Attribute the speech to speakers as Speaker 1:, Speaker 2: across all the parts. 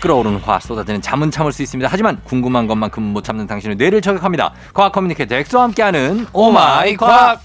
Speaker 1: 끓어오르는 화 쏟아지는 잠은 참을 수 있습니다. 하지만 궁금한 것만큼 못 참는 당신의 뇌를 저격합니다. 과학 커뮤니케이터 엑소와 함께하는 오마이 과학.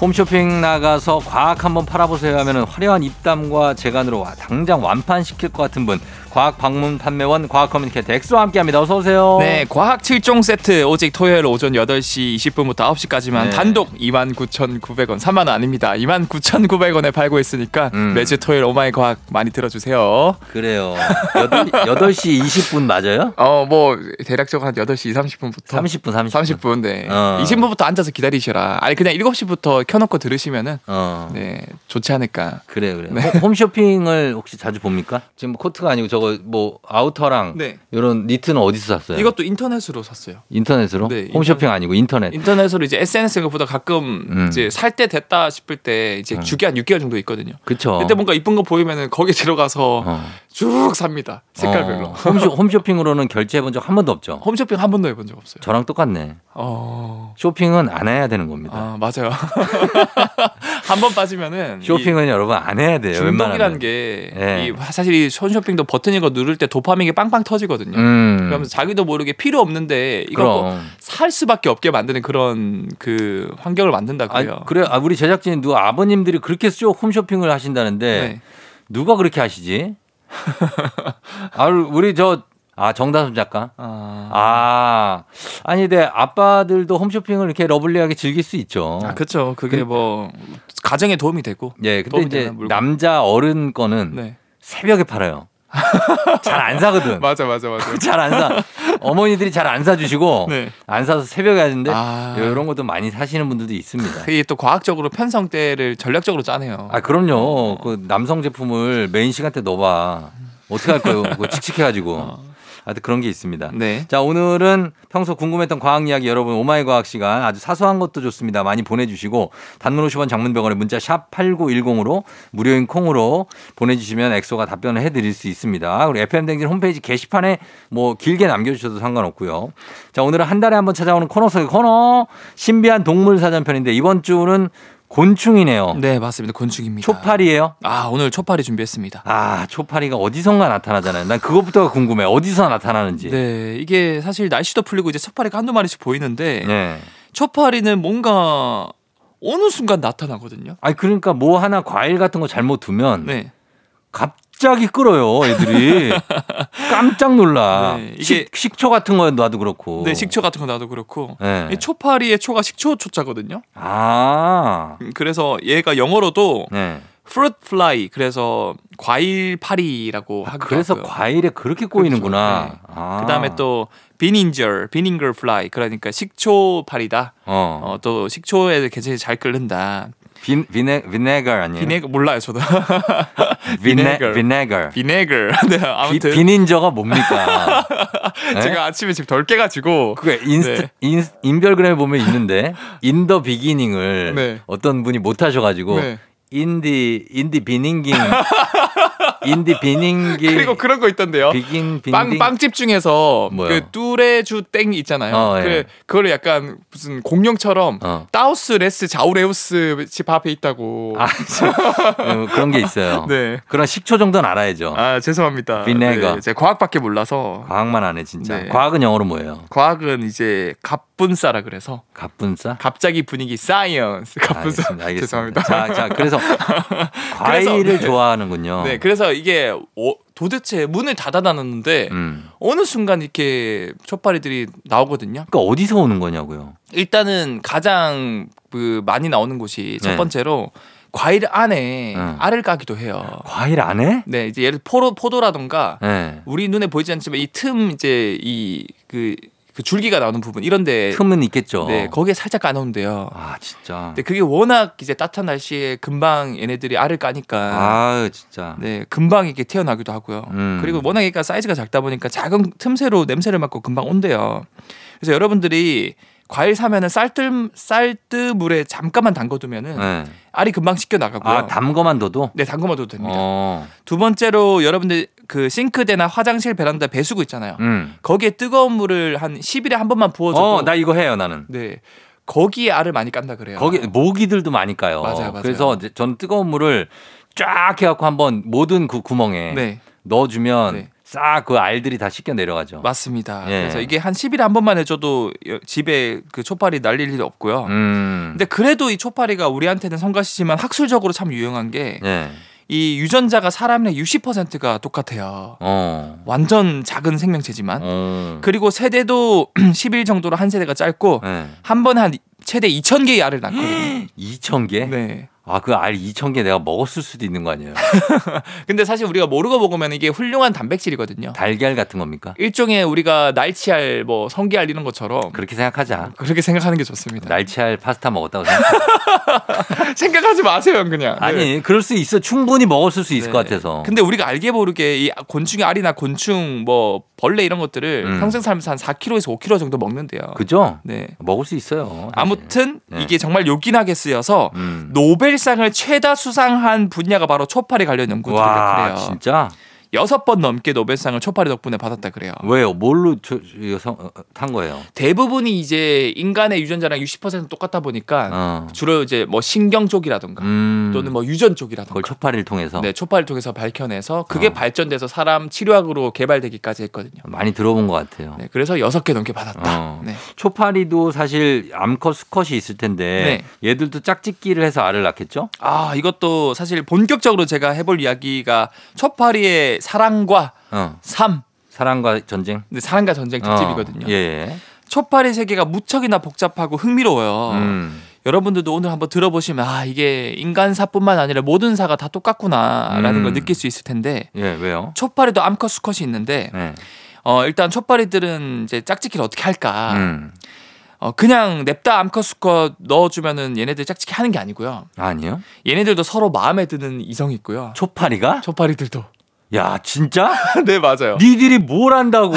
Speaker 1: 홈쇼핑 나가서 과학 한번 팔아보세요 하면 화려한 입담과 재간으로 와- 당장 완판시킬 것 같은 분 과학 방문 판매원 과학 커뮤니케이터 엑소와 함께합니다. 어서 오세요.
Speaker 2: 네, 과학 7종 세트 오직 토요일 오전 8시 20분부터 9시까지만
Speaker 1: 네.
Speaker 2: 단독 29,900원, 3만 원 아닙니다. 29,900원에 팔고 있으니까
Speaker 1: 음.
Speaker 2: 매주 토요일 오마이 과학 많이 들어주세요.
Speaker 1: 그래요. 여덟- 8시 20분 맞아요?
Speaker 2: 어, 뭐 대략적으로 한 8시 30분부터
Speaker 1: 30분, 30분.
Speaker 2: 30분, 네.
Speaker 1: 어.
Speaker 2: 20분부터 앉아서 기다리셔라. 아니 그냥 7시부터 켜놓고 들으시면은
Speaker 1: 어.
Speaker 2: 네 좋지 않을까.
Speaker 1: 그래요, 그래요. 홈- 홈쇼핑을 혹시 자주 봅니까? 네. 지금 뭐 코트가 아니고 저거 뭐 아우터랑
Speaker 2: 네.
Speaker 1: 이런 니트는 어디서 샀어요?
Speaker 2: 이것도 인터넷으로 샀어요.
Speaker 1: 인터넷으로?
Speaker 2: 네,
Speaker 1: 홈쇼핑 아니고 인터넷.
Speaker 2: 인터넷으로 이제 SNS보다 가끔
Speaker 1: 음.
Speaker 2: 이제 살 때 됐다 싶을 때 이제 주기 한 6개월 정도 있거든요.
Speaker 1: 그쵸.
Speaker 2: 그때 뭔가 이쁜 거 보이면은 거기 들어가서
Speaker 1: 어.
Speaker 2: 쭉 삽니다. 색깔별로.
Speaker 1: 어, 홈쇼, 홈쇼핑으로는 결제해본 적 한 번도 없죠.
Speaker 2: 홈쇼핑 한 번도 해본 적 없어요.
Speaker 1: 저랑 똑같네.
Speaker 2: 어.
Speaker 1: 쇼핑은 안 해야 되는 겁니다.
Speaker 2: 아, 맞아요. 한 번 빠지면은 이
Speaker 1: 쇼핑은 여러분 안 해야 돼요.
Speaker 2: 중독이라는
Speaker 1: 웬만하면.
Speaker 2: 게
Speaker 1: 예.
Speaker 2: 이 사실 이 홈쇼핑도 버튼 이거 누를 때 도파민이 빵빵 터지거든요.
Speaker 1: 음.
Speaker 2: 그러면서 자기도 모르게 필요 없는데 이거 꼭
Speaker 1: 그럼.
Speaker 2: 살 수밖에 없게 만드는 그런 그 환경을 만든다고요.
Speaker 1: 아, 그래, 아, 우리 제작진 누가 아버님들이 그렇게 쇼 홈쇼핑을 하신다는데
Speaker 2: 네.
Speaker 1: 누가 그렇게 하시지? 아, 우리 저, 아, 정다솜 작가.
Speaker 2: 아,
Speaker 1: 아, 아니, 근데 아빠들도 홈쇼핑을 이렇게 러블리하게 즐길 수 있죠.
Speaker 2: 아, 그렇죠. 그게
Speaker 1: 그-
Speaker 2: 뭐 가정에 도움이 되고.
Speaker 1: 예, 근데
Speaker 2: 도움이
Speaker 1: 이제
Speaker 2: 되는 물건.
Speaker 1: 남자 어른 거는
Speaker 2: 네.
Speaker 1: 새벽에 팔아요. 잘 안 사거든.
Speaker 2: 맞아, 맞아, 맞아.
Speaker 1: 잘 안 사. 어머니들이 잘 안 사주시고
Speaker 2: 네.
Speaker 1: 안 사서 새벽에 하는데
Speaker 2: 아.
Speaker 1: 이런 것도 많이 사시는 분들도 있습니다.
Speaker 2: 그게 또 과학적으로 편성대를 전략적으로 짜네요.
Speaker 1: 아, 그럼요. 그 남성 제품을 메인 시간대 넣어봐. 어떻게 할 거예요? 그거 칙칙해가지고. 하여튼 그런 게 있습니다.
Speaker 2: 어. 네.
Speaker 1: 예? 자, 오늘은 평소 궁금했던 과학 이야기 여러분 오마이 과학 시간 아주 사소한 것도 좋습니다. 많이 보내주시고 단문 50원 장문병원에 문자 샵 8910으로 무료인 콩으로 보내주시면 엑소가 답변을 해드릴 수 있습니다. 그리고 FM댕진 홈페이지 게시판에 뭐 길게 남겨주셔도 상관없고요. 자, 오늘은 한 달에 한 번 찾아오는 코너 속의 코너 신비한 동물 사전편인데 이번 주는 곤충이네요.
Speaker 2: 네, 맞습니다. 곤충입니다.
Speaker 1: 초파리예요?
Speaker 2: 아, 오늘 초파리 준비했습니다.
Speaker 1: 아, 초파리가 어디선가 나타나잖아요. 난 그것부터가 궁금해. 어디서 나타나는지.
Speaker 2: 네, 이게 사실 날씨도 풀리고 이제 초파리가 한두 마리씩 보이는데
Speaker 1: 네.
Speaker 2: 초파리는 뭔가 어느 순간 나타나거든요.
Speaker 1: 아니 그러니까 뭐 하나 과일 같은 거 잘못 두면
Speaker 2: 네.
Speaker 1: 갑자기 끓어요 애들이 깜짝 놀라
Speaker 2: 네, 이게-
Speaker 1: 식, 식초 같은 거 놔도 그렇고
Speaker 2: 네, 식초 같은 거 나도 그렇고.
Speaker 1: 네.
Speaker 2: 이 초파리의 초가 식초 초자거든요.
Speaker 1: 아
Speaker 2: 음, 그래서 얘가 영어로도
Speaker 1: 네.
Speaker 2: fruit fly 그래서 과일 파리라고 하기도
Speaker 1: 아, 그래서
Speaker 2: 하고요.
Speaker 1: 과일에 그렇게 꼬이는구나
Speaker 2: 그렇죠. 네.
Speaker 1: 아.
Speaker 2: 그다음에 또 비닝저, 비닝걸 플라이 그러니까 식초 파리다.
Speaker 1: 어.
Speaker 2: 어, 또 식초에 굉장히 잘 끓는다.
Speaker 1: 비, 비네, 비네거 아니에요
Speaker 2: 비네거 몰라요, 저도.
Speaker 1: 비네,
Speaker 2: 비네거.
Speaker 1: 비네거
Speaker 2: 비네거. 네,
Speaker 1: 비,
Speaker 2: 아무튼
Speaker 1: 비닌저가 뭡니까 네?
Speaker 2: 제가 아침에 지금 덜 깨가지고
Speaker 1: 그게 인스트,
Speaker 2: 네.
Speaker 1: 인, 인별그램에 보면 있는데 인더 비기닝을
Speaker 2: 네.
Speaker 1: 어떤 분이 못 하셔가지고
Speaker 2: 네.
Speaker 1: 인디 인디 비닝깅 인디 비닝기
Speaker 2: 그리고 그런 거 있던데요.
Speaker 1: 비긴 빈딩
Speaker 2: 빵 빵집 중에서
Speaker 1: 뭐요?
Speaker 2: 그 뚜레주 땡 있잖아요.
Speaker 1: 어,
Speaker 2: 그
Speaker 1: 예.
Speaker 2: 그걸 약간 무슨 공룡처럼
Speaker 1: 어.
Speaker 2: 따우스 레스 자우레우스 집 앞에 있다고.
Speaker 1: 아, 저, 어, 그런 게 있어요.
Speaker 2: 네.
Speaker 1: 그런 식초 정도는 알아야죠.
Speaker 2: 아 죄송합니다.
Speaker 1: 어. 비네거.
Speaker 2: 네, 제가 과학밖에 몰라서
Speaker 1: 과학만 안 해 진짜.
Speaker 2: 네.
Speaker 1: 과학은 영어로 뭐예요?
Speaker 2: 과학은 이제 갑분싸라 그래서
Speaker 1: 갑분싸.
Speaker 2: 갑자기 분위기 사이언스 갑분싸.
Speaker 1: 알겠습니다. 알겠습니다.
Speaker 2: 죄송합니다.
Speaker 1: 자, 자, 그래서 과일을
Speaker 2: 네.
Speaker 1: 좋아하는군요.
Speaker 2: 네, 그래서 이게 어, 도대체 문을 닫아놨는데
Speaker 1: 음.
Speaker 2: 어느 순간 이렇게 촛파리들이 나오거든요.
Speaker 1: 그러니까 어디서 오는 거냐고요.
Speaker 2: 일단은 가장 그 많이 나오는 곳이
Speaker 1: 네.
Speaker 2: 첫 번째로 과일 안에
Speaker 1: 음.
Speaker 2: 알을 까기도 해요.
Speaker 1: 과일 안 해?
Speaker 2: 네, 이제 예를 포로 포도라던가
Speaker 1: 네.
Speaker 2: 우리 눈에 보이지 않지만 이 틈 이제 이 그 그 줄기가 나오는 부분 이런데
Speaker 1: 예. 틈은 있겠죠.
Speaker 2: 네 거기에 네. 살짝 까놓은데요.
Speaker 1: 아 진짜.
Speaker 2: 근데 그게 워낙 이제 따뜻한 날씨에 금방 얘네들이 알을 까니까
Speaker 1: 아 진짜.
Speaker 2: 네 금방 이렇게 태어나기도 하고요.
Speaker 1: 음.
Speaker 2: 그리고 워낙 얘가 사이즈가 작다 보니까 작은 틈새로 냄새를 맡고 금방 온대요. 그래서 여러분들이 과일 사면은 쌀뜨 쌀뜨물에 잠깐만 담궈두면은
Speaker 1: 네.
Speaker 2: 알이 금방 씻겨 나가고요.
Speaker 1: 아 담궈만 둬도.
Speaker 2: 뭐- 네, 담궈만둬도 됩니다.
Speaker 1: 어.
Speaker 2: 두 번째로 여러분들 그 싱크대나 화장실 베란다 배수구 있잖아요.
Speaker 1: 음.
Speaker 2: 거기에 뜨거운 물을 한 10일에 한 번만 부어줘도
Speaker 1: 어, 나 이거 해요, 나는.
Speaker 2: 네 거기에 알을 많이 깐다 그래요.
Speaker 1: 거기 모기들도 많이 까요.
Speaker 2: 맞아요, 맞아요.
Speaker 1: 그래서 이제 저는 뜨거운 물을 쫙 해갖고 한번 모든 그 구멍에
Speaker 2: 네
Speaker 1: 넣어주면
Speaker 2: 네.
Speaker 1: 싹 그 알들이 다 씻겨 내려가죠.
Speaker 2: 맞습니다.
Speaker 1: 예.
Speaker 2: 그래서 이게 한 10일에 한 번만 해줘도 여- 집에 그 촉발이 날릴 일이 없고요.
Speaker 1: 음.
Speaker 2: 근데 그래도 이 초파리가 우리한테는 성가시지만 학술적으로 참 유용한 네.
Speaker 1: 예.
Speaker 2: 게 이 유전자가 사람의 60%가 똑같아요.
Speaker 1: 어.
Speaker 2: 완전 작은 생명체지만
Speaker 1: 어.
Speaker 2: 그리고 세대도 10일 정도로 한 세대가 짧고
Speaker 1: 예.
Speaker 2: 한 번에 한 최대 2,000개의 알을 낳거든요.
Speaker 1: 2천 개?
Speaker 2: 네.
Speaker 1: 아, 그 알 2천 개 내가 먹었을 수도 있는 거 아니에요?
Speaker 2: 근데 사실 우리가 모르고 먹으면 이게 훌륭한 단백질이거든요.
Speaker 1: 달걀 같은 겁니까?
Speaker 2: 일종의 우리가 날치알 뭐 성게알 이런 것처럼
Speaker 1: 그렇게 생각하자.
Speaker 2: 그렇게 생각하는 게 좋습니다.
Speaker 1: 날치알 파스타 먹었다고 생각.
Speaker 2: 생각하지 마세요, 그냥. 네.
Speaker 1: 아니, 그럴 수 있어. 충분히 먹었을 수 있을
Speaker 2: 네.
Speaker 1: 것 같아서.
Speaker 2: 근데 우리가 알게 모르게 이 곤충의 알이나 곤충 뭐 벌레 이런 것들을
Speaker 1: 음.
Speaker 2: 평생 살면서 한 4kg에서 5kg 정도 먹는데요.
Speaker 1: 그죠?
Speaker 2: 네.
Speaker 1: 먹을 수 있어요. 사실.
Speaker 2: 아무튼
Speaker 1: 네.
Speaker 2: 이게 정말 요긴하게 쓰여서
Speaker 1: 음.
Speaker 2: 노벨상을 최다 수상한 분야가 바로 초파리 관련 연구들이라
Speaker 1: 와,
Speaker 2: 그래요.
Speaker 1: 진짜?
Speaker 2: 여섯 번 넘게 노벨상을 초파리 덕분에 받았다 그래요.
Speaker 1: 왜요? 뭘로 저, 이거 성- 어, 탄 거예요?
Speaker 2: 대부분이 이제 인간의 유전자랑 60% 똑같다 보니까
Speaker 1: 어.
Speaker 2: 주로 이제 뭐 신경 쪽이라든가
Speaker 1: 음.
Speaker 2: 아, 또는 뭐 유전 쪽이라든가
Speaker 1: 그걸 초파리를 통해서
Speaker 2: 네, 초파를 통해서 밝혀내서 그게
Speaker 1: 어.
Speaker 2: 발전돼서 사람 치료약으로 개발되기까지 했거든요.
Speaker 1: 많이 들어본 것 같아요.
Speaker 2: 네, 그래서 여섯 개 넘게 받았다.
Speaker 1: 어.
Speaker 2: 네.
Speaker 1: 초파리도 사실 암컷 수컷이 있을 텐데
Speaker 2: 네.
Speaker 1: 얘들도 짝짓기를 해서 알을 낳겠죠?
Speaker 2: 아, 이것도 사실 본격적으로 제가 해볼 이야기가 초파리의 사랑과
Speaker 1: 어.
Speaker 2: 삶,
Speaker 1: 사랑과 전쟁
Speaker 2: 근데 사랑과 전쟁 특집이거든요.
Speaker 1: 어. 예.
Speaker 2: 초파리 세계가 무척이나 복잡하고 흥미로워요.
Speaker 1: 음.
Speaker 2: 여러분들도 오늘 한번 들어보시면 아, 이게 인간사뿐만 아니라 모든 사가 다 똑같구나라는
Speaker 1: 음.
Speaker 2: 걸 느낄 수 있을 텐데
Speaker 1: 예, 왜요?
Speaker 2: 초파리도 암컷 수컷이 있는데
Speaker 1: 네.
Speaker 2: 어, 일단 초파리들은 이제 짝짓기를 어떻게 할까?
Speaker 1: 음.
Speaker 2: 어, 그냥 냅다 암컷 수컷 넣어주면은 얘네들 짝짓기 하는 게 아니고요.
Speaker 1: 아니요.
Speaker 2: 얘네들도 서로 마음에 드는 이성이 있고요.
Speaker 1: 초파리가?
Speaker 2: 초파리들도.
Speaker 1: 야, 진짜?
Speaker 2: 네 맞아요.
Speaker 1: 니들이 뭘 안다고?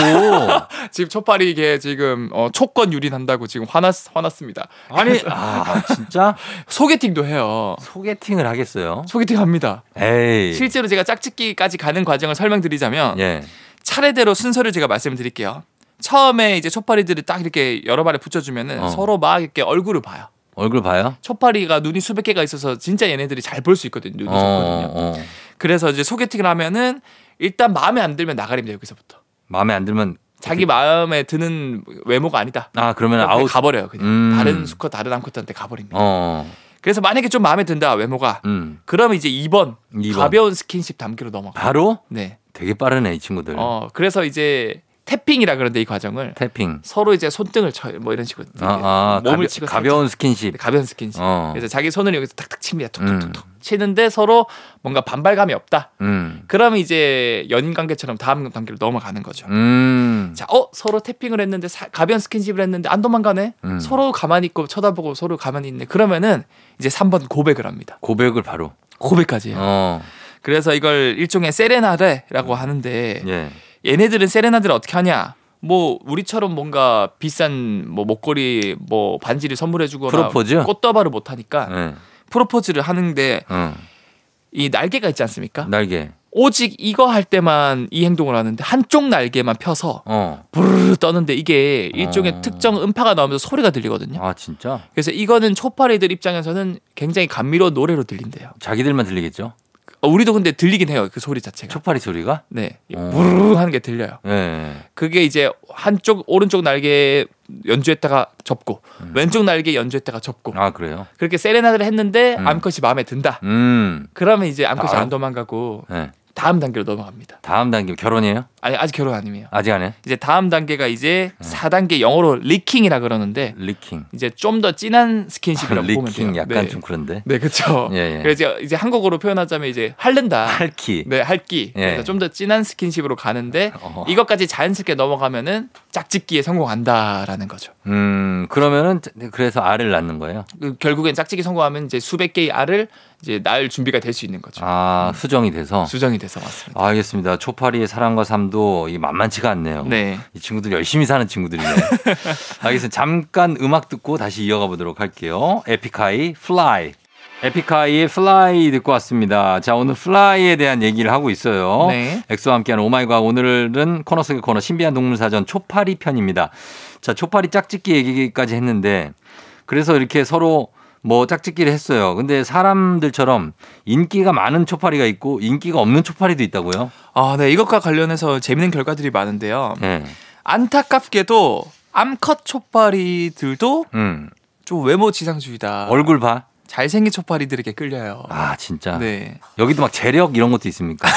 Speaker 2: 지금 초파리게 지금 어, 초권 유린한다고 지금 화났 화났습니다.
Speaker 1: 아니, 아, 진짜?
Speaker 2: 소개팅도 해요.
Speaker 1: 소개팅을 하겠어요?
Speaker 2: 소개팅 합니다.
Speaker 1: 에이.
Speaker 2: 실제로 제가 짝짓기까지 가는 과정을 설명드리자면
Speaker 1: 예.
Speaker 2: 차례대로 순서를 제가 말씀드릴게요. 처음에 이제 초파리들이 딱 이렇게 여러 마리 붙여주면은
Speaker 1: 어.
Speaker 2: 서로 막 이렇게 얼굴을 봐요.
Speaker 1: 얼굴 봐요?
Speaker 2: 초파리가 눈이 수백 개가 있어서 진짜 얘네들이 잘 볼 수 있거든요. 눈이 좋거든요.
Speaker 1: 어.
Speaker 2: 그래서 이제 소개팅을 하면은 일단 마음에 안 들면 나가립니다 여기서부터
Speaker 1: 마음에 안 들면
Speaker 2: 자기 마음에 드는 외모가 아니다
Speaker 1: 아, 그러면
Speaker 2: 그냥
Speaker 1: 아웃.
Speaker 2: 어, 가버려요 그냥
Speaker 1: 음.
Speaker 2: 다른 수컷 다른 암컷한테 가버립니다
Speaker 1: 어.
Speaker 2: 그래서 만약에 좀 마음에 든다 외모가
Speaker 1: 음.
Speaker 2: 그럼 이제 2번,
Speaker 1: 2번.
Speaker 2: 가벼운 스킨십 담기로 넘어가
Speaker 1: 바로
Speaker 2: 네
Speaker 1: 되게 빠르네, 이 친구들.
Speaker 2: 어, 그래서 이제 태핑이라 그러는데 이 과정을
Speaker 1: 태핑.
Speaker 2: 서로 이제 손등을 쳐요 뭐 이런 식으로
Speaker 1: 아, 아
Speaker 2: 몸을
Speaker 1: 가벼,
Speaker 2: 치고
Speaker 1: 가벼운 스킨십.
Speaker 2: 살짝- 네, 가벼운 스킨십
Speaker 1: 어.
Speaker 2: 그래서 자기 손을 여기서 탁탁 칩니다 톡톡톡톡 치는데 서로 뭔가 반발감이 없다
Speaker 1: 음.
Speaker 2: 그럼 이제 연인 관계처럼 다음 단계로 넘어가는 거죠.
Speaker 1: 음.
Speaker 2: 자, 어 서로 태핑을 했는데 사- 가벼운 스킨십을 했는데 안 도망가네.
Speaker 1: 음.
Speaker 2: 서로 가만히 있고 쳐다보고 서로 가만히 있네. 그러면은 이제 3번 고백을 합니다.
Speaker 1: 고백을 바로.
Speaker 2: 고백까지. 요
Speaker 1: 어.
Speaker 2: 그래서 이걸 일종의 세레나데라고 하는데
Speaker 1: 예.
Speaker 2: 얘네들은 세레나데를 어떻게 하냐? 뭐 우리처럼 뭔가 비싼 뭐 목걸이 뭐 반지를 선물해주거나
Speaker 1: 프로포즈?
Speaker 2: 꽃다발을 못 하니까
Speaker 1: 예.
Speaker 2: 프로포즈를 하는데
Speaker 1: 어.
Speaker 2: 이 날개가 있지 않습니까?
Speaker 1: 날개.
Speaker 2: 오직 이거 할 때만 이 행동을 하는데 한쪽 날개만 펴서
Speaker 1: 어.
Speaker 2: 부르르 떠는데 이게 일종의
Speaker 1: 어.
Speaker 2: 특정 음파가 나오면서 소리가 들리거든요.
Speaker 1: 아, 진짜?
Speaker 2: 그래서 이거는 초파리들 입장에서는 굉장히 감미로운 노래로 들린대요.
Speaker 1: 자기들만 들리겠죠?
Speaker 2: 어, 우리도 근데 들리긴 해요. 그 소리 자체가.
Speaker 1: 초파리 소리가?
Speaker 2: 네. 이
Speaker 1: 어.
Speaker 2: 부르르 하는 게 들려요.
Speaker 1: 예, 예.
Speaker 2: 그게 이제 한쪽 오른쪽 날개 연주했다가 접고
Speaker 1: 음.
Speaker 2: 왼쪽 날개 연주했다가 접고
Speaker 1: 아, 그래요?
Speaker 2: 그렇게 세레나데를 했는데
Speaker 1: 음.
Speaker 2: 암컷이 마음에 든다.
Speaker 1: 음.
Speaker 2: 그러면 이제 암컷이
Speaker 1: 아.
Speaker 2: 안 도망가고
Speaker 1: 예.
Speaker 2: 다음 단계로 넘어갑니다.
Speaker 1: 다음 단계 결혼이에요?
Speaker 2: 아니 아직 결혼 아니에요.
Speaker 1: 아직 안 해?
Speaker 2: 이제 다음 단계가 이제 4단계 영어로 리킹이라 그러는데
Speaker 1: 리킹.
Speaker 2: 이제 좀 더 진한 스킨십이라고 보면 돼요.
Speaker 1: 아, 리킹 약간
Speaker 2: 네.
Speaker 1: 좀 그런데.
Speaker 2: 네, 그렇죠.
Speaker 1: 예, 예.
Speaker 2: 그래서 이제 한국어로 표현하자면 이제 할른다.
Speaker 1: 할키.
Speaker 2: 네, 할기.
Speaker 1: 예.
Speaker 2: 그래서 좀 더 진한 스킨십으로 가는데
Speaker 1: 어.
Speaker 2: 이것까지 자연스럽게 넘어가면은 짝짓기에 성공한다라는 거죠.
Speaker 1: 음, 그러면은 그래서 알을 낳는 거예요.
Speaker 2: 그 결국엔 짝짓기 성공하면 이제 수백 개의 알을 이제 낳을 준비가 될 수 있는 거죠.
Speaker 1: 아, 수정이 돼서.
Speaker 2: 음.
Speaker 1: 아,
Speaker 2: 수정이 돼서 왔습니다.
Speaker 1: 알겠습니다. 초파리의 사랑과 삶도 이 만만치가 않네요.
Speaker 2: 네.
Speaker 1: 이 친구들 열심히 사는 친구들이네요. 알겠습니다. 잠깐 음악 듣고 다시 이어가 보도록 할게요. 에픽하이 플라이. 에픽하이의 플라이 듣고 왔습니다. 자, 오늘 플라이에 대한 얘기를 하고 있어요.
Speaker 2: 네.
Speaker 1: 엑소와 함께하는 오마이과학 오늘은 코너 속의 코너 신비한 동물사전 초파리 편입니다. 자, 초파리 짝짓기 얘기까지 했는데 그래서 이렇게 서로 뭐 짝짓기를 했어요. 근데 사람들처럼 인기가 많은 초파리가 있고 인기가 없는 초파리도 있다고요.
Speaker 2: 아, 네. 이것과 관련해서 재밌는 결과들이 많은데요.
Speaker 1: 예.
Speaker 2: 안타깝게도 암컷 촉발이들도
Speaker 1: 음.
Speaker 2: 좀 외모 지상주의다.
Speaker 1: 얼굴 봐.
Speaker 2: 잘생긴 촉발이들에게 끌려요.
Speaker 1: 아 진짜.
Speaker 2: 네.
Speaker 1: 여기도 막 재력 이런 것도 있습니까?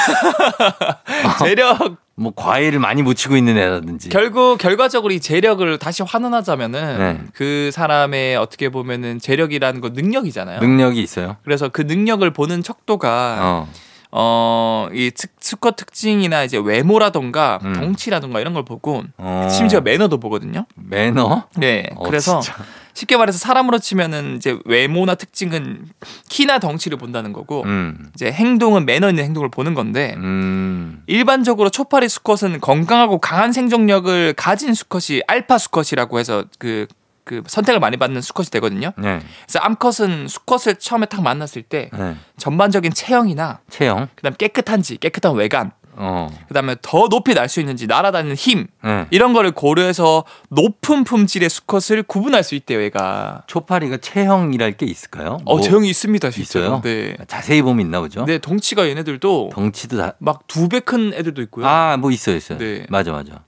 Speaker 2: 재력
Speaker 1: 뭐 과일을 많이 묻히고 있는 애라든지.
Speaker 2: 결국 결과적으로 이 재력을 다시 환원하자면은
Speaker 1: 네.
Speaker 2: 그 사람의 어떻게 보면은 재력이라는 건 능력이잖아요.
Speaker 1: 능력이 있어요.
Speaker 2: 그래서 그 능력을 보는 척도가
Speaker 1: 어.
Speaker 2: 어이 수컷 특징이나 이제 외모라던가
Speaker 1: 음.
Speaker 2: 덩치라던가 이런 걸 보고
Speaker 1: 어.
Speaker 2: 그 심지어 매너도 보거든요.
Speaker 1: 매너.
Speaker 2: 네.
Speaker 1: 어,
Speaker 2: 그래서
Speaker 1: 진짜.
Speaker 2: 쉽게 말해서 사람으로 치면은 이제 외모나 특징은 키나 덩치를 본다는 거고
Speaker 1: 음.
Speaker 2: 이제 행동은 매너 있는 행동을 보는 건데
Speaker 1: 음.
Speaker 2: 일반적으로 초파리 수컷은 건강하고 강한 생존력을 가진 수컷이 알파 수컷이라고 해서 그, 그 선택을 많이 받는 수컷이 되거든요.
Speaker 1: 네.
Speaker 2: 그래서 암컷은 수컷을 처음에 딱 만났을 때
Speaker 1: 네.
Speaker 2: 전반적인 체형이나
Speaker 1: 체형.
Speaker 2: 그다음 깨끗한지 깨끗한 외관
Speaker 1: 어.
Speaker 2: 그다음에 더 높이 날 수 있는지 날아다니는 힘
Speaker 1: 네.
Speaker 2: 이런 거를 고려해서 높은 품질의 수컷을 구분할 수 있대요 얘가
Speaker 1: 초파리가 체형이랄 게 있을까요?
Speaker 2: 어
Speaker 1: 뭐
Speaker 2: 제형이 있습니다 실제로
Speaker 1: 있어요?
Speaker 2: 네.
Speaker 1: 자세히 보면 있나 보죠.
Speaker 2: 네 덩치가 얘네들도
Speaker 1: 덩치도 다.
Speaker 2: 막 두 배 큰 애들도 있고요
Speaker 1: 아, 뭐 있어요, 있어요.
Speaker 2: 네.
Speaker 1: 맞아, 맞아.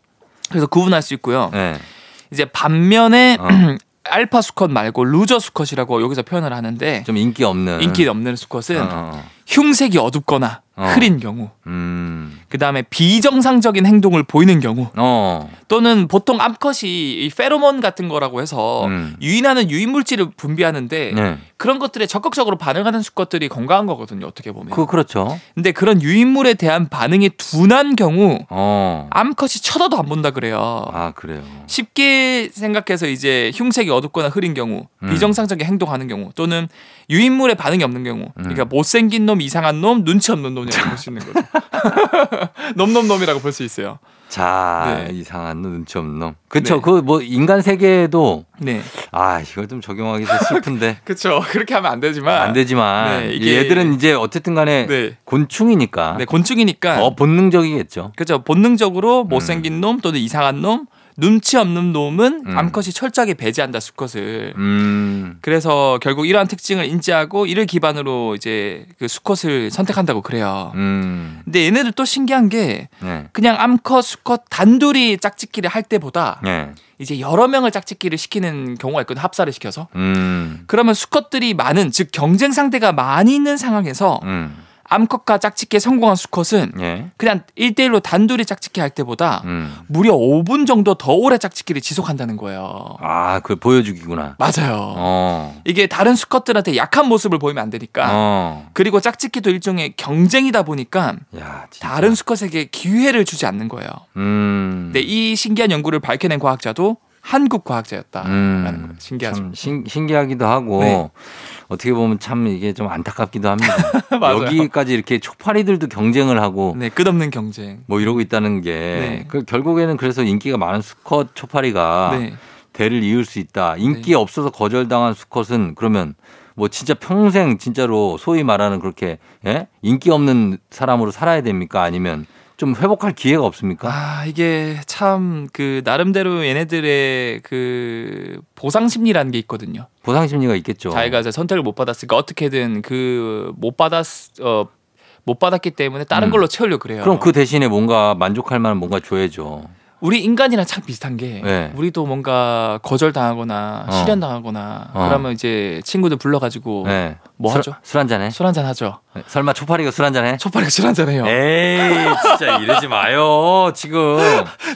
Speaker 2: 그래서 구분할 수 있고요
Speaker 1: 네.
Speaker 2: 이제 반면에
Speaker 1: 어.
Speaker 2: 알파 수컷 말고 루저 수컷이라고 여기서 표현을 하는데
Speaker 1: 좀 인기 없는.
Speaker 2: 인기 없는 수컷은
Speaker 1: 네. 어, 어.
Speaker 2: 흉색이 어둡거나
Speaker 1: 어.
Speaker 2: 흐린 경우
Speaker 1: 음.
Speaker 2: 그다음에 비정상적인 행동을 보이는 경우
Speaker 1: 어.
Speaker 2: 또는 보통 암컷이 이 페로몬 같은 거라고 해서
Speaker 1: 음.
Speaker 2: 유인하는 유인 물질을 분비하는데
Speaker 1: 네.
Speaker 2: 그런 것들에 적극적으로 반응하는 수컷들이 건강한 거거든요 어떻게 보면
Speaker 1: 그 그렇죠.
Speaker 2: 근데 그런 유인물에 대한 반응이 둔한 경우
Speaker 1: 어.
Speaker 2: 암컷이 쳐다도 안 본다 그래요
Speaker 1: 아, 그래요.
Speaker 2: 쉽게 생각해서 이제 흉색이 어둡거나 흐린 경우,
Speaker 1: 음.
Speaker 2: 비정상적인 행동하는 경우, 또는 유인물에 반응이 없는 경우, 그러니까 못생긴 놈, 이상한 놈, 눈치 없는 놈이라고 볼 수 있는 거죠. 놈놈놈이라고 볼 수 있어요.
Speaker 1: 자,
Speaker 2: 네.
Speaker 1: 이상한 놈, 눈치 없는 놈. 그렇죠.
Speaker 2: 네.
Speaker 1: 그 뭐 인간 세계에도
Speaker 2: 네,
Speaker 1: 아, 이걸 좀 적용하기 좀 슬픈데
Speaker 2: 그렇죠. 그렇게 하면 안 되지만
Speaker 1: 안 되지만
Speaker 2: 네,
Speaker 1: 이
Speaker 2: 이게-
Speaker 1: 얘들은 이제 어쨌든 간에
Speaker 2: 네,
Speaker 1: 곤충이니까
Speaker 2: 네 곤충이니까
Speaker 1: 어 본능적이겠죠.
Speaker 2: 그렇죠. 본능적으로 못생긴 놈 또는 이상한 놈, 눈치 없는 놈은
Speaker 1: 음.
Speaker 2: 암컷이 철저하게 배제한다 수컷을.
Speaker 1: 음.
Speaker 2: 그래서 결국 이러한 특징을 인지하고 이를 기반으로 이제 그 수컷을 선택한다고 그래요.
Speaker 1: 음.
Speaker 2: 근데 얘네들 또 신기한 게
Speaker 1: 네.
Speaker 2: 그냥 암컷, 수컷 단둘이 짝짓기를 할 때보다
Speaker 1: 네.
Speaker 2: 이제 여러 명을 짝짓기를 시키는 경우가 있거든 합사를 시켜서
Speaker 1: 음.
Speaker 2: 그러면 수컷들이 많은 즉 경쟁 상대가 많이 있는 상황에서
Speaker 1: 음.
Speaker 2: 암컷과 짝짓기에 성공한 수컷은
Speaker 1: 예.
Speaker 2: 그냥 일대일로 단둘이 짝짓기 할 때보다
Speaker 1: 음.
Speaker 2: 무려 5분 정도 더 오래 짝짓기를 지속한다는 거예요.
Speaker 1: 아, 그 보여주기구나.
Speaker 2: 맞아요.
Speaker 1: 어.
Speaker 2: 이게 다른 수컷들한테 약한 모습을 보이면 안 되니까.
Speaker 1: 어.
Speaker 2: 그리고 짝짓기도 일종의 경쟁이다 보니까
Speaker 1: 야, 진짜.
Speaker 2: 다른 수컷에게 기회를 주지 않는 거예요.
Speaker 1: 음.
Speaker 2: 근데 네, 이 신기한 연구를 밝혀낸 과학자도 한국 과학자였다라는
Speaker 1: 음.
Speaker 2: 거 아, 신기하죠.
Speaker 1: 참 신, 신기하기도 하고
Speaker 2: 네.
Speaker 1: 어떻게 보면 참 이게 좀 안타깝기도 합니다.
Speaker 2: 맞아요.
Speaker 1: 여기까지 이렇게 촉파리들도 경쟁을 하고
Speaker 2: 네, 끝없는 경쟁.
Speaker 1: 뭐 이러고 있다는 게
Speaker 2: 네.
Speaker 1: 그 결국에는 그래서 인기가 많은 수컷 촉파리가
Speaker 2: 네.
Speaker 1: 대를 이을 수 있다. 인기
Speaker 2: 네.
Speaker 1: 없어서 거절당한 수컷은 그러면 뭐 진짜 평생 진짜로 소위 말하는 그렇게 예? 인기 없는 사람으로 살아야 됩니까? 아니면 좀 회복할 기회가 없습니까?
Speaker 2: 아, 이게 참 그 나름대로 얘네들의 그 보상 심리라는 게 있거든요.
Speaker 1: 보상 심리가 있겠죠.
Speaker 2: 자기가 이제 선택을 못 받았으니까 어떻게든 그 못 받았 어, 못 받았기 때문에 다른
Speaker 1: 음.
Speaker 2: 걸로 채우려 그래요.
Speaker 1: 그럼 그 대신에 뭔가 만족할 만한 뭔가 줘야죠.
Speaker 2: 우리 인간이랑 참 비슷한 게
Speaker 1: 네.
Speaker 2: 우리도 뭔가 거절당하거나
Speaker 1: 어.
Speaker 2: 실현당하거나
Speaker 1: 어.
Speaker 2: 그러면 이제 친구들 불러 가지고
Speaker 1: 예.
Speaker 2: 뭐
Speaker 1: 술-
Speaker 2: 하죠?
Speaker 1: 술 한잔 해.
Speaker 2: 술 한잔 하죠.
Speaker 1: 네, 설마 초파리가 술 한잔 해?
Speaker 2: 초파리가 술 한잔 해요.
Speaker 1: 에이 진짜 이러지 마요 지금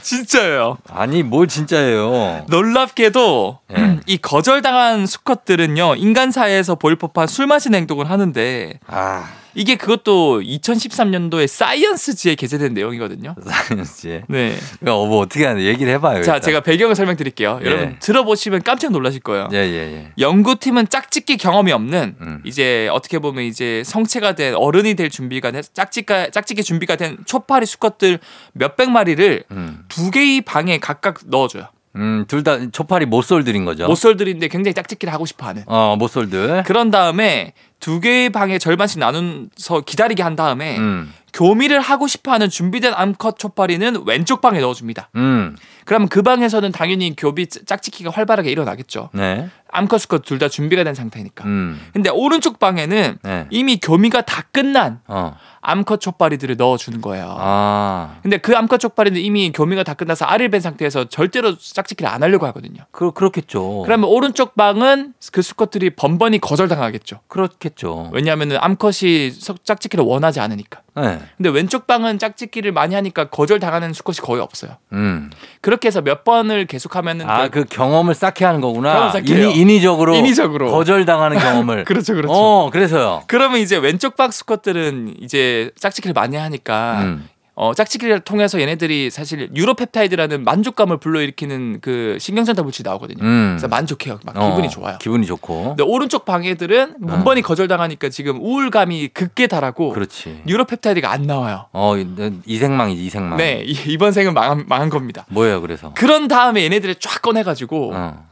Speaker 2: 진짜예요.
Speaker 1: 아니 뭘 진짜예요
Speaker 2: 놀랍게도
Speaker 1: 예.
Speaker 2: 이 거절당한 수컷들은요 인간 사회에서 보일 법한 술 마시는 행동을 하는데
Speaker 1: 아
Speaker 2: 이게 그것도 2013년도에 사이언스지에 게재된 내용이거든요.
Speaker 1: 사이언스지
Speaker 2: 네.
Speaker 1: 그러니까 뭐 어떻게 하는 얘기를 해봐요
Speaker 2: 자
Speaker 1: 일단.
Speaker 2: 제가 배경을 설명드릴게요.
Speaker 1: 예.
Speaker 2: 여러분 들어보시면 깜짝 놀라실 거예요.
Speaker 1: 예, 예, 예.
Speaker 2: 연구팀은 짝짓기 경험이 없는
Speaker 1: 음.
Speaker 2: 이제 어떻게 보면 이제 성체가 된 어른이 될 준비가 된 짝짓기 짝짓기 준비가 된 초파리 수컷들 몇백 마리를
Speaker 1: 음,
Speaker 2: 두 개의 방에 각각 넣어줘요.
Speaker 1: 음, 둘 다 초파리 모쏠들인 거죠
Speaker 2: 모쏠들인데 굉장히 짝짓기를 하고 싶어하는.
Speaker 1: 어 모쏠들
Speaker 2: 그런 다음에 두 개의 방에 절반씩 나눠서 기다리게 한 다음에
Speaker 1: 음.
Speaker 2: 교미를 하고 싶어하는 준비된 암컷 초파리는 왼쪽 방에 넣어줍니다.
Speaker 1: 음.
Speaker 2: 그러면 그 방에서는 당연히 교비 짝짓기가 활발하게 일어나겠죠.
Speaker 1: 네.
Speaker 2: 암컷 수컷 둘 다 준비가 된 상태니까.
Speaker 1: 음.
Speaker 2: 근데 오른쪽 방에는
Speaker 1: 네.
Speaker 2: 이미 교미가 다 끝난
Speaker 1: 어.
Speaker 2: 암컷 족파리들을 넣어주는 거예요.
Speaker 1: 아.
Speaker 2: 근데 그 암컷 족파리는 이미 교미가 다 끝나서 알을 뺀 상태에서 절대로 짝짓기를 안 하려고 하거든요.
Speaker 1: 그 그렇겠죠.
Speaker 2: 그러면 오른쪽 방은 그 수컷들이 번번이 거절당하겠죠.
Speaker 1: 그렇겠죠.
Speaker 2: 왜냐하면 암컷이 석- 짝짓기를 원하지 않으니까.
Speaker 1: 네.
Speaker 2: 근데 왼쪽 방은 짝짓기를 많이 하니까 거절당하는 수컷이 거의 없어요.
Speaker 1: 음.
Speaker 2: 그렇게 해서 몇 번을 계속하면
Speaker 1: 아 그 경험을 쌓게 하는 거구나.
Speaker 2: 네. 경험 쌓게 해요.
Speaker 1: 인위, 인위적으로
Speaker 2: 인위적으로.
Speaker 1: 거절당하는 경험을.
Speaker 2: 그렇죠, 그렇죠.
Speaker 1: 어 그래서요.
Speaker 2: 그러면 이제 왼쪽 방 수컷들은 이제 짝짓기를 많이 하니까
Speaker 1: 음.
Speaker 2: 어, 짝짓기를 통해서 얘네들이 사실 유로펩타이드라는 만족감을 불러일으키는 그 신경전달 물질이 나오거든요.
Speaker 1: 음.
Speaker 2: 그래서 만족해요. 막
Speaker 1: 어,
Speaker 2: 기분이 좋아요.
Speaker 1: 기분이 좋고.
Speaker 2: 근데 오른쪽 방 애들은 번번이 거절당하니까 지금 우울감이 극게 달하고
Speaker 1: 그렇지.
Speaker 2: 유로펩타이드가 안 나와요.
Speaker 1: 어 이- 이생망이지 이생망.
Speaker 2: 네, 이- 이번 생은 망한, 망한 겁니다.
Speaker 1: 뭐예요 그래서.
Speaker 2: 그런 다음에 얘네들을 쫙 꺼내가지고
Speaker 1: 어.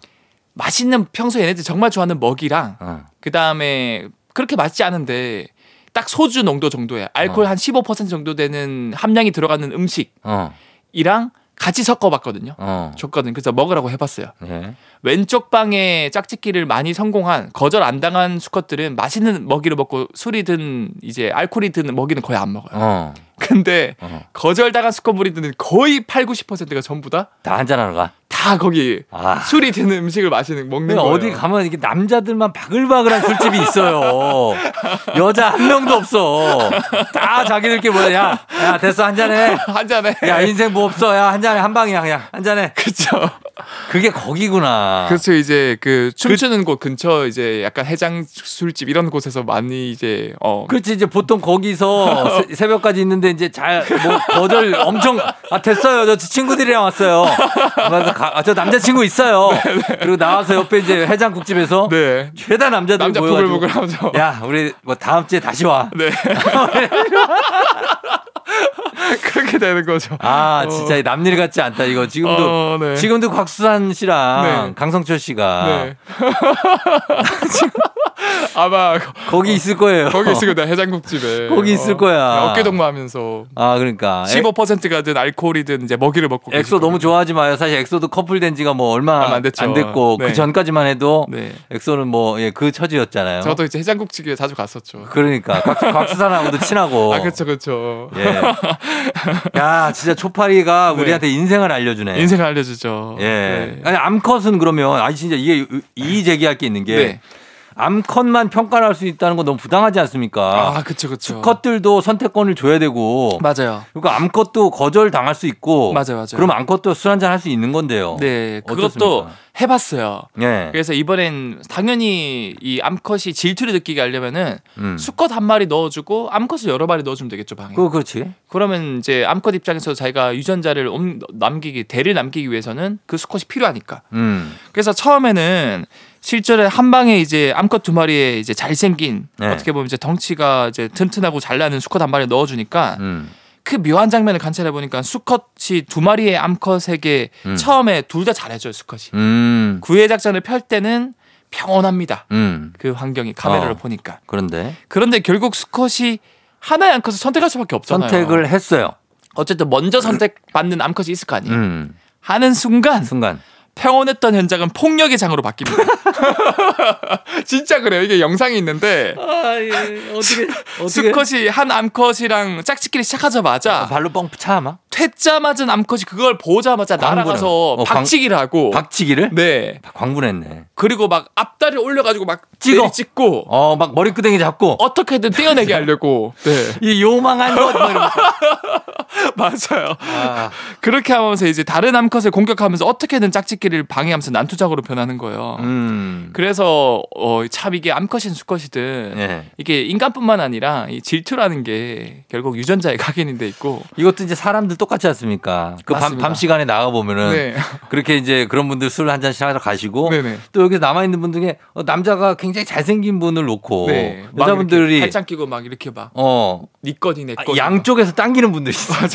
Speaker 2: 맛있는 평소 얘네들 정말 좋아하는 먹이랑
Speaker 1: 어.
Speaker 2: 그 다음에 그렇게 맛있지 않은데 딱 소주 농도 정도에 알코올 한 15% 정도 되는 함량이 들어가는
Speaker 1: 어.
Speaker 2: 음식이랑 같이 섞어봤거든요.
Speaker 1: 어.
Speaker 2: 줬거든. 그래서 먹으라고 해봤어요.
Speaker 1: 예.
Speaker 2: 왼쪽 방에 짝짓기를 많이 성공한 거절 안 당한 수컷들은 맛있는 먹이를 먹고 술이든 이제 알코올이 든 먹이는 거의 안 먹어요.
Speaker 1: 어.
Speaker 2: 근데
Speaker 1: 어.
Speaker 2: 거절 당한 수컷 무리들은 거의 8, 90%가 전부 다 다
Speaker 1: 다 한잔하러 가.
Speaker 2: 거기
Speaker 1: 아.
Speaker 2: 술이 드는 음식을 마시는 먹는
Speaker 1: 근데
Speaker 2: 거예요.
Speaker 1: 어디 가면 이게 남자들만 바글바글한 술집이 있어요. 여자 한 명도 없어. 다 자기들끼리 뭐야. 야, 야, 됐어. 한잔해.
Speaker 2: 한 잔에
Speaker 1: 야, 인생 뭐 없어. 야, 한잔해. 한 방이야, 그냥. 한잔해.
Speaker 2: 그렇죠.
Speaker 1: 그게 거기구나.
Speaker 2: 그렇죠. 이제 그 춤추는 곳 근처 이제 약간 해장 술집 이런 곳에서 많이 이제 어
Speaker 1: 그렇지 이제 보통 거기서 새- 새벽까지 있는데 이제 잘 뭐 거절 엄청 아 됐어요 저 친구들이랑 왔어요 그래서 가- 아, 저 남자친구 있어요 그리고 나와서 옆에 이제 해장국집에서
Speaker 2: 네.
Speaker 1: 최다 남자들
Speaker 2: 남자
Speaker 1: 모여가지고
Speaker 2: 부글부글하죠.
Speaker 1: 야 우리 뭐 다음 주에 다시 와
Speaker 2: 네. 그렇게 되는 거죠.
Speaker 1: 아,
Speaker 2: 어.
Speaker 1: 진짜 이 남일 같지 않다 이거 지금도
Speaker 2: 어, 네.
Speaker 1: 지금도 아. 곽수산 씨랑
Speaker 2: 네.
Speaker 1: 강성철 씨가
Speaker 2: 네. 아마 거-
Speaker 1: 거기 있을 거예요.
Speaker 2: 어. 거기 있을 거다 해장국집에.
Speaker 1: 거기 있을 거야.
Speaker 2: 어깨 동무하면서
Speaker 1: 아, 그러니까 엑-
Speaker 2: 15%가든 알코올이든 이제 먹이를 먹고. 계실
Speaker 1: 엑소 너무
Speaker 2: 거거든요.
Speaker 1: 좋아하지 마요. 사실 엑소도 커플 된 지가 뭐 얼마
Speaker 2: 얼마
Speaker 1: 안,
Speaker 2: 안 됐죠.
Speaker 1: 됐고
Speaker 2: 네.
Speaker 1: 그 전까지만 해도
Speaker 2: 네.
Speaker 1: 엑소는 뭐 예, 그 처지였잖아요.
Speaker 2: 저도 이제 해장국집에 자주 갔었죠.
Speaker 1: 그러니까 곽, 곽수산하고도 친하고.
Speaker 2: 아 그렇죠 그렇죠.
Speaker 1: 예. 야, 진짜 초파리가
Speaker 2: 네.
Speaker 1: 우리한테 인생을 알려주네.
Speaker 2: 인생을 알려주죠.
Speaker 1: 예.
Speaker 2: 네.
Speaker 1: 아니 암컷은 그러면 아니 진짜 이게 이의 제기할 게 있는 게
Speaker 2: 네.
Speaker 1: 암컷만 평가할 를수 있다는 건 너무 부당하지 않습니까?
Speaker 2: 아 그렇죠 그렇죠.
Speaker 1: 수컷들도 선택권을 줘야 되고
Speaker 2: 맞아요.
Speaker 1: 그러니까 암컷도 거절 당할 수 있고
Speaker 2: 맞아요, 맞아요.
Speaker 1: 그럼 암컷도 술 한잔 할 수 있는 건데요.
Speaker 2: 네 그것도
Speaker 1: 어. 어떻습니까?
Speaker 2: 해봤어요.
Speaker 1: 예.
Speaker 2: 그래서 이번엔 당연히 이 암컷이 질투를 느끼게 하려면은
Speaker 1: 음.
Speaker 2: 수컷 한 마리 넣어주고 암컷을 여러 마리 넣어주면 되겠죠 방에.
Speaker 1: 그거 그렇지.
Speaker 2: 그러면 이제 암컷 입장에서 자기가 유전자를 옮- 남기기 대를 남기기 위해서는 그 수컷이 필요하니까.
Speaker 1: 음.
Speaker 2: 그래서 처음에는 실제로 한 방에 이제 암컷 두 마리에 이제 잘생긴
Speaker 1: 네.
Speaker 2: 어떻게 보면 이제 덩치가 이제 튼튼하고 잘나는 수컷 한 마리 넣어주니까
Speaker 1: 음.
Speaker 2: 그 묘한 장면을 관찰해 보니까 수컷이 두 마리의 암컷에게
Speaker 1: 음.
Speaker 2: 처음에 둘 다 잘해줘요 수컷이.
Speaker 1: 음.
Speaker 2: 구애 작전을 펼 때는 평온합니다.
Speaker 1: 음.
Speaker 2: 그 환경이 카메라를
Speaker 1: 어.
Speaker 2: 보니까
Speaker 1: 그런데
Speaker 2: 그런데 결국 수컷이 하나의 암컷을 선택할 수밖에 없잖아요.
Speaker 1: 선택을 했어요.
Speaker 2: 어쨌든 먼저 선택받는 암컷이 있을 거 아니에요.
Speaker 1: 음.
Speaker 2: 하는 순간
Speaker 1: 순간.
Speaker 2: 평온했던 현장은 폭력의 장으로 바뀝니다. 진짜 그래요. 이게 영상이 있는데
Speaker 1: 아,
Speaker 2: 예.
Speaker 1: 어떻게 어,
Speaker 2: 수컷이 한 암컷이랑 짝짓기를 시작하자마자
Speaker 1: 아, 발로 뻥 차, 아마?
Speaker 2: 퇴짜 맞은 암컷이 그걸 보자마자
Speaker 1: 광분을.
Speaker 2: 날아가서
Speaker 1: 어, 광-
Speaker 2: 박치기를 하고
Speaker 1: 박치기를?
Speaker 2: 네
Speaker 1: 광분했네.
Speaker 2: 그리고 막 앞다리를 올려가지고 막
Speaker 1: 찍어.
Speaker 2: 찍어 찍고
Speaker 1: 어, 막 머리끄댕이 잡고.
Speaker 2: 어떻게든 떼어내게 하려고 네
Speaker 1: 이 요망한 것. 막 이러면서.
Speaker 2: 맞아요.
Speaker 1: 아,
Speaker 2: 그렇게 하면서 이제 다른 암컷을 공격하면서 어떻게든 짝짓기를 방해하면서 난투작으로 변하는 거예요.
Speaker 1: 음.
Speaker 2: 그래서 어, 참 이게 암컷이든 수컷이든
Speaker 1: 예.
Speaker 2: 이게 인간뿐만 아니라 이 질투라는 게 결국 유전자에 각인이 돼 있고
Speaker 1: 이것도 이제 사람들 똑같지 않습니까? 그 밤
Speaker 2: 맞습니다.
Speaker 1: 밤 시간에 나가 보면은
Speaker 2: 네.
Speaker 1: 그렇게 이제 그런 분들 술 한 잔씩 하러 가시고
Speaker 2: 네네.
Speaker 1: 또 여기서 남아 있는 분 중에 어, 남자가 굉장히 잘생긴 분을 놓고
Speaker 2: 네. 막 이렇게
Speaker 1: 어. 여자분들이
Speaker 2: 팔짱 끼고 막 이렇게 막네
Speaker 1: 어
Speaker 2: 니꺼니
Speaker 1: 아,
Speaker 2: 내꺼니
Speaker 1: 양쪽에서 당기는 분들이 있어요.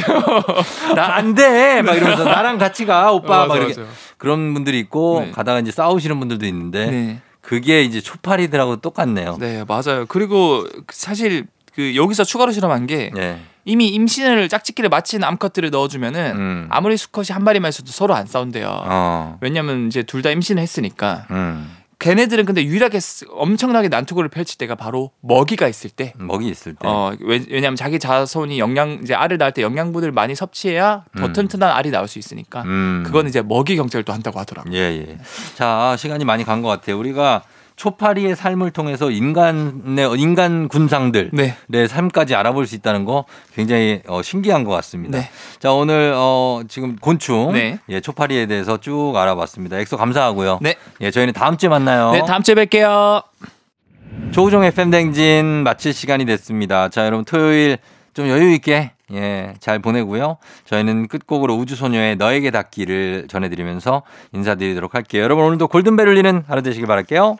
Speaker 1: 나안돼막 이러면서 나랑 같이 가 오빠
Speaker 2: 어, 맞아,
Speaker 1: 막 이렇게
Speaker 2: 맞아.
Speaker 1: 그런 분들이 있고
Speaker 2: 네.
Speaker 1: 가다가 이제 싸우시는 분들도 있는데
Speaker 2: 네.
Speaker 1: 그게 이제 초파리들하고 똑같네요.
Speaker 2: 네, 맞아요. 그리고 사실 그 여기서 추가로 실험한 게
Speaker 1: 예.
Speaker 2: 이미 임신을 짝짓기를 마친 암컷들을 넣어주면은
Speaker 1: 음.
Speaker 2: 아무리 수컷이 한 마리만 있어도 서로 안 싸운대요.
Speaker 1: 어.
Speaker 2: 왜냐면 이제 둘 다 임신을 했으니까.
Speaker 1: 음.
Speaker 2: 걔네들은 근데 유일하게 쓰- 엄청나게 난투구를 펼칠 때가 바로 먹이가 있을 때.
Speaker 1: 먹이 있을 때.
Speaker 2: 어, 왜, 왜냐면 자기 자손이 영양 이제 알을 낳을 때 영양분을 많이 섭취해야 더
Speaker 1: 음.
Speaker 2: 튼튼한 알이 나올 수 있으니까.
Speaker 1: 음.
Speaker 2: 그건 이제 먹이 경찰도 한다고 하더라고요.
Speaker 1: 예, 예. 자, 시간이 많이 간 것 같아요. 우리가 초파리의 삶을 통해서 인간의 인간 군상들
Speaker 2: 네.
Speaker 1: 내 삶까지 알아볼 수 있다는 거 굉장히 어, 신기한 것 같습니다.
Speaker 2: 네.
Speaker 1: 자 오늘 어, 지금 곤충
Speaker 2: 네.
Speaker 1: 예, 초파리에 대해서 쭉 알아봤습니다. 엑소 감사하고요.
Speaker 2: 네.
Speaker 1: 예, 저희는 다음 주에 만나요.
Speaker 2: 네, 다음 주에 뵐게요.
Speaker 1: 조우종 FM 댕진 마칠 시간이 됐습니다. 자 여러분 토요일 좀 여유 있게 예, 잘 보내고요. 저희는 끝곡으로 우주소녀의 너에게 닿기를 전해드리면서 인사드리도록 할게요. 여러분 오늘도 골든벨 울리는 하루 되시길 바랄게요.